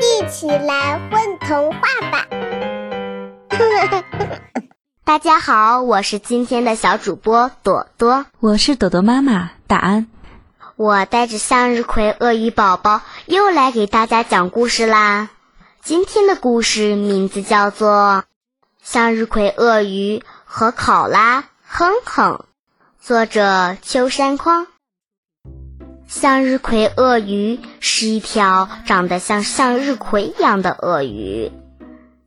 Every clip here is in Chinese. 一起来混童话吧！大家好，我是今天的小主播朵朵。我是朵朵妈妈，大安。我带着向日葵、鳄鱼宝宝又来给大家讲故事啦。今天的故事名字叫做《向日葵、鳄鱼和考拉哼哼》，作者秋山匡。向日葵鳄鱼是一条长得像向日葵一样的鳄鱼。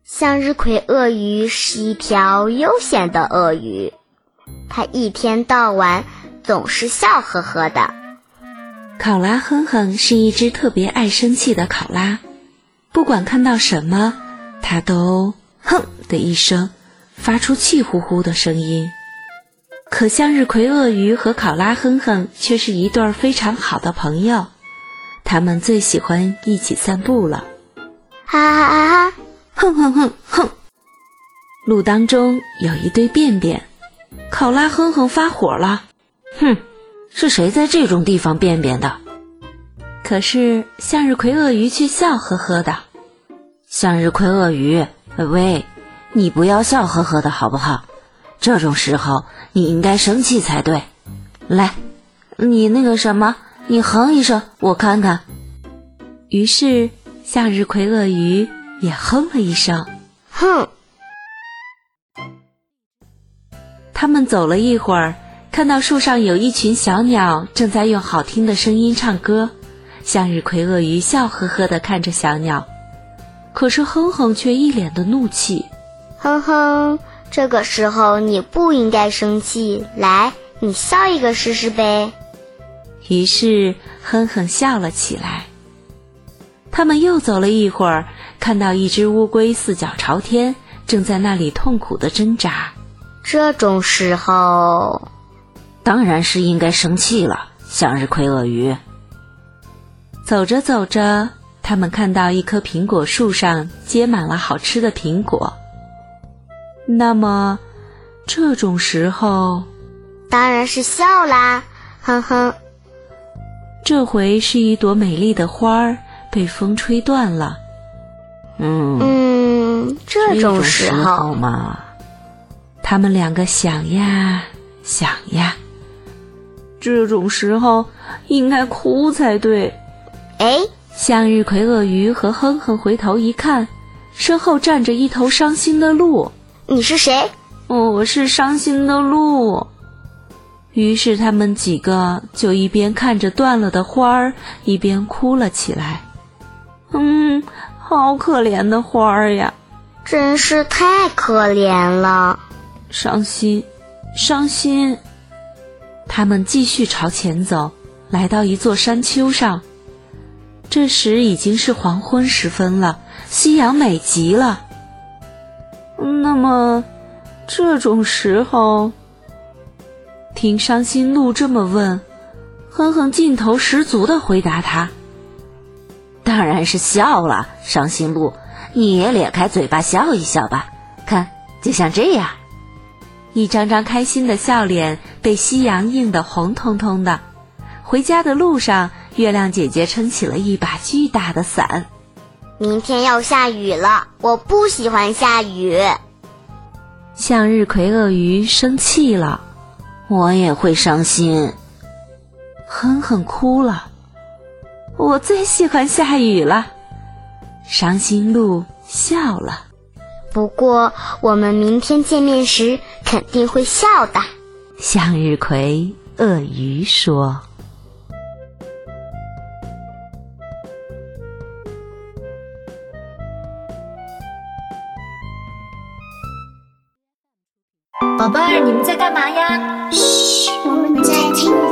向日葵鳄鱼是一条悠闲的鳄鱼，它一天到晚总是笑呵呵的。考拉哼哼是一只特别爱生气的考拉，不管看到什么，它都哼的一声，发出气呼呼的声音。可向日葵鳄鱼和考拉哼哼却是一对儿非常好的朋友，他们最喜欢一起散步了。哈哈哈哈！哼哼哼哼。路当中有一堆便便，考拉哼哼发火了，哼，是谁在这种地方便便的？可是向日葵鳄鱼却笑呵呵的。向日葵鳄鱼，喂，你不要笑呵呵的好不好？这种时候你应该生气才对。来，你那个什么，你哼一声，我看看。于是向日葵鳄鱼也哼了一声。哼，他们走了一会儿，看到树上有一群小鸟正在用好听的声音唱歌。向日葵鳄鱼笑呵呵地看着小鸟，可是哼哼却一脸的怒气。哼哼，这个时候你不应该生气。来，你笑一个试试呗。于是哼哼笑了起来。他们又走了一会儿，看到一只乌龟四脚朝天，正在那里痛苦的挣扎。这种时候，当然是应该生气了，向日葵鳄鱼。走着走着，他们看到一棵苹果树上结满了好吃的苹果。那么，这种时候，当然是笑啦。哼哼，这回是一朵美丽的花儿被风吹断了。嗯，嗯，这种时候，嘛，他们两个想呀想呀，这种时候应该哭才对。哎，向日葵鳄鱼和哼哼回头一看，身后站着一头伤心的鹿。你是谁？哦，我是伤心的鹿。于是他们几个就一边看着断了的花儿，一边哭了起来。嗯，好可怜的花儿呀，真是太可怜了。伤心，伤心。他们继续朝前走，来到一座山丘上。这时已经是黄昏时分了，夕阳美极了。那么，这种时候，听伤心鹿这么问，哼哼劲头十足的回答他：“当然是笑了，伤心鹿，你也咧开嘴巴笑一笑吧，看，就像这样。”一张张开心的笑脸被夕阳映得红彤彤的。回家的路上，月亮姐姐撑起了一把巨大的伞。明天要下雨了，我不喜欢下雨。向日葵鳄鱼生气了，我也会伤心。哼哼哭了，我最喜欢下雨了。伤心鹿笑了，不过我们明天见面时肯定会笑的。向日葵鳄鱼说。宝贝儿，你们在干嘛呀？我们在听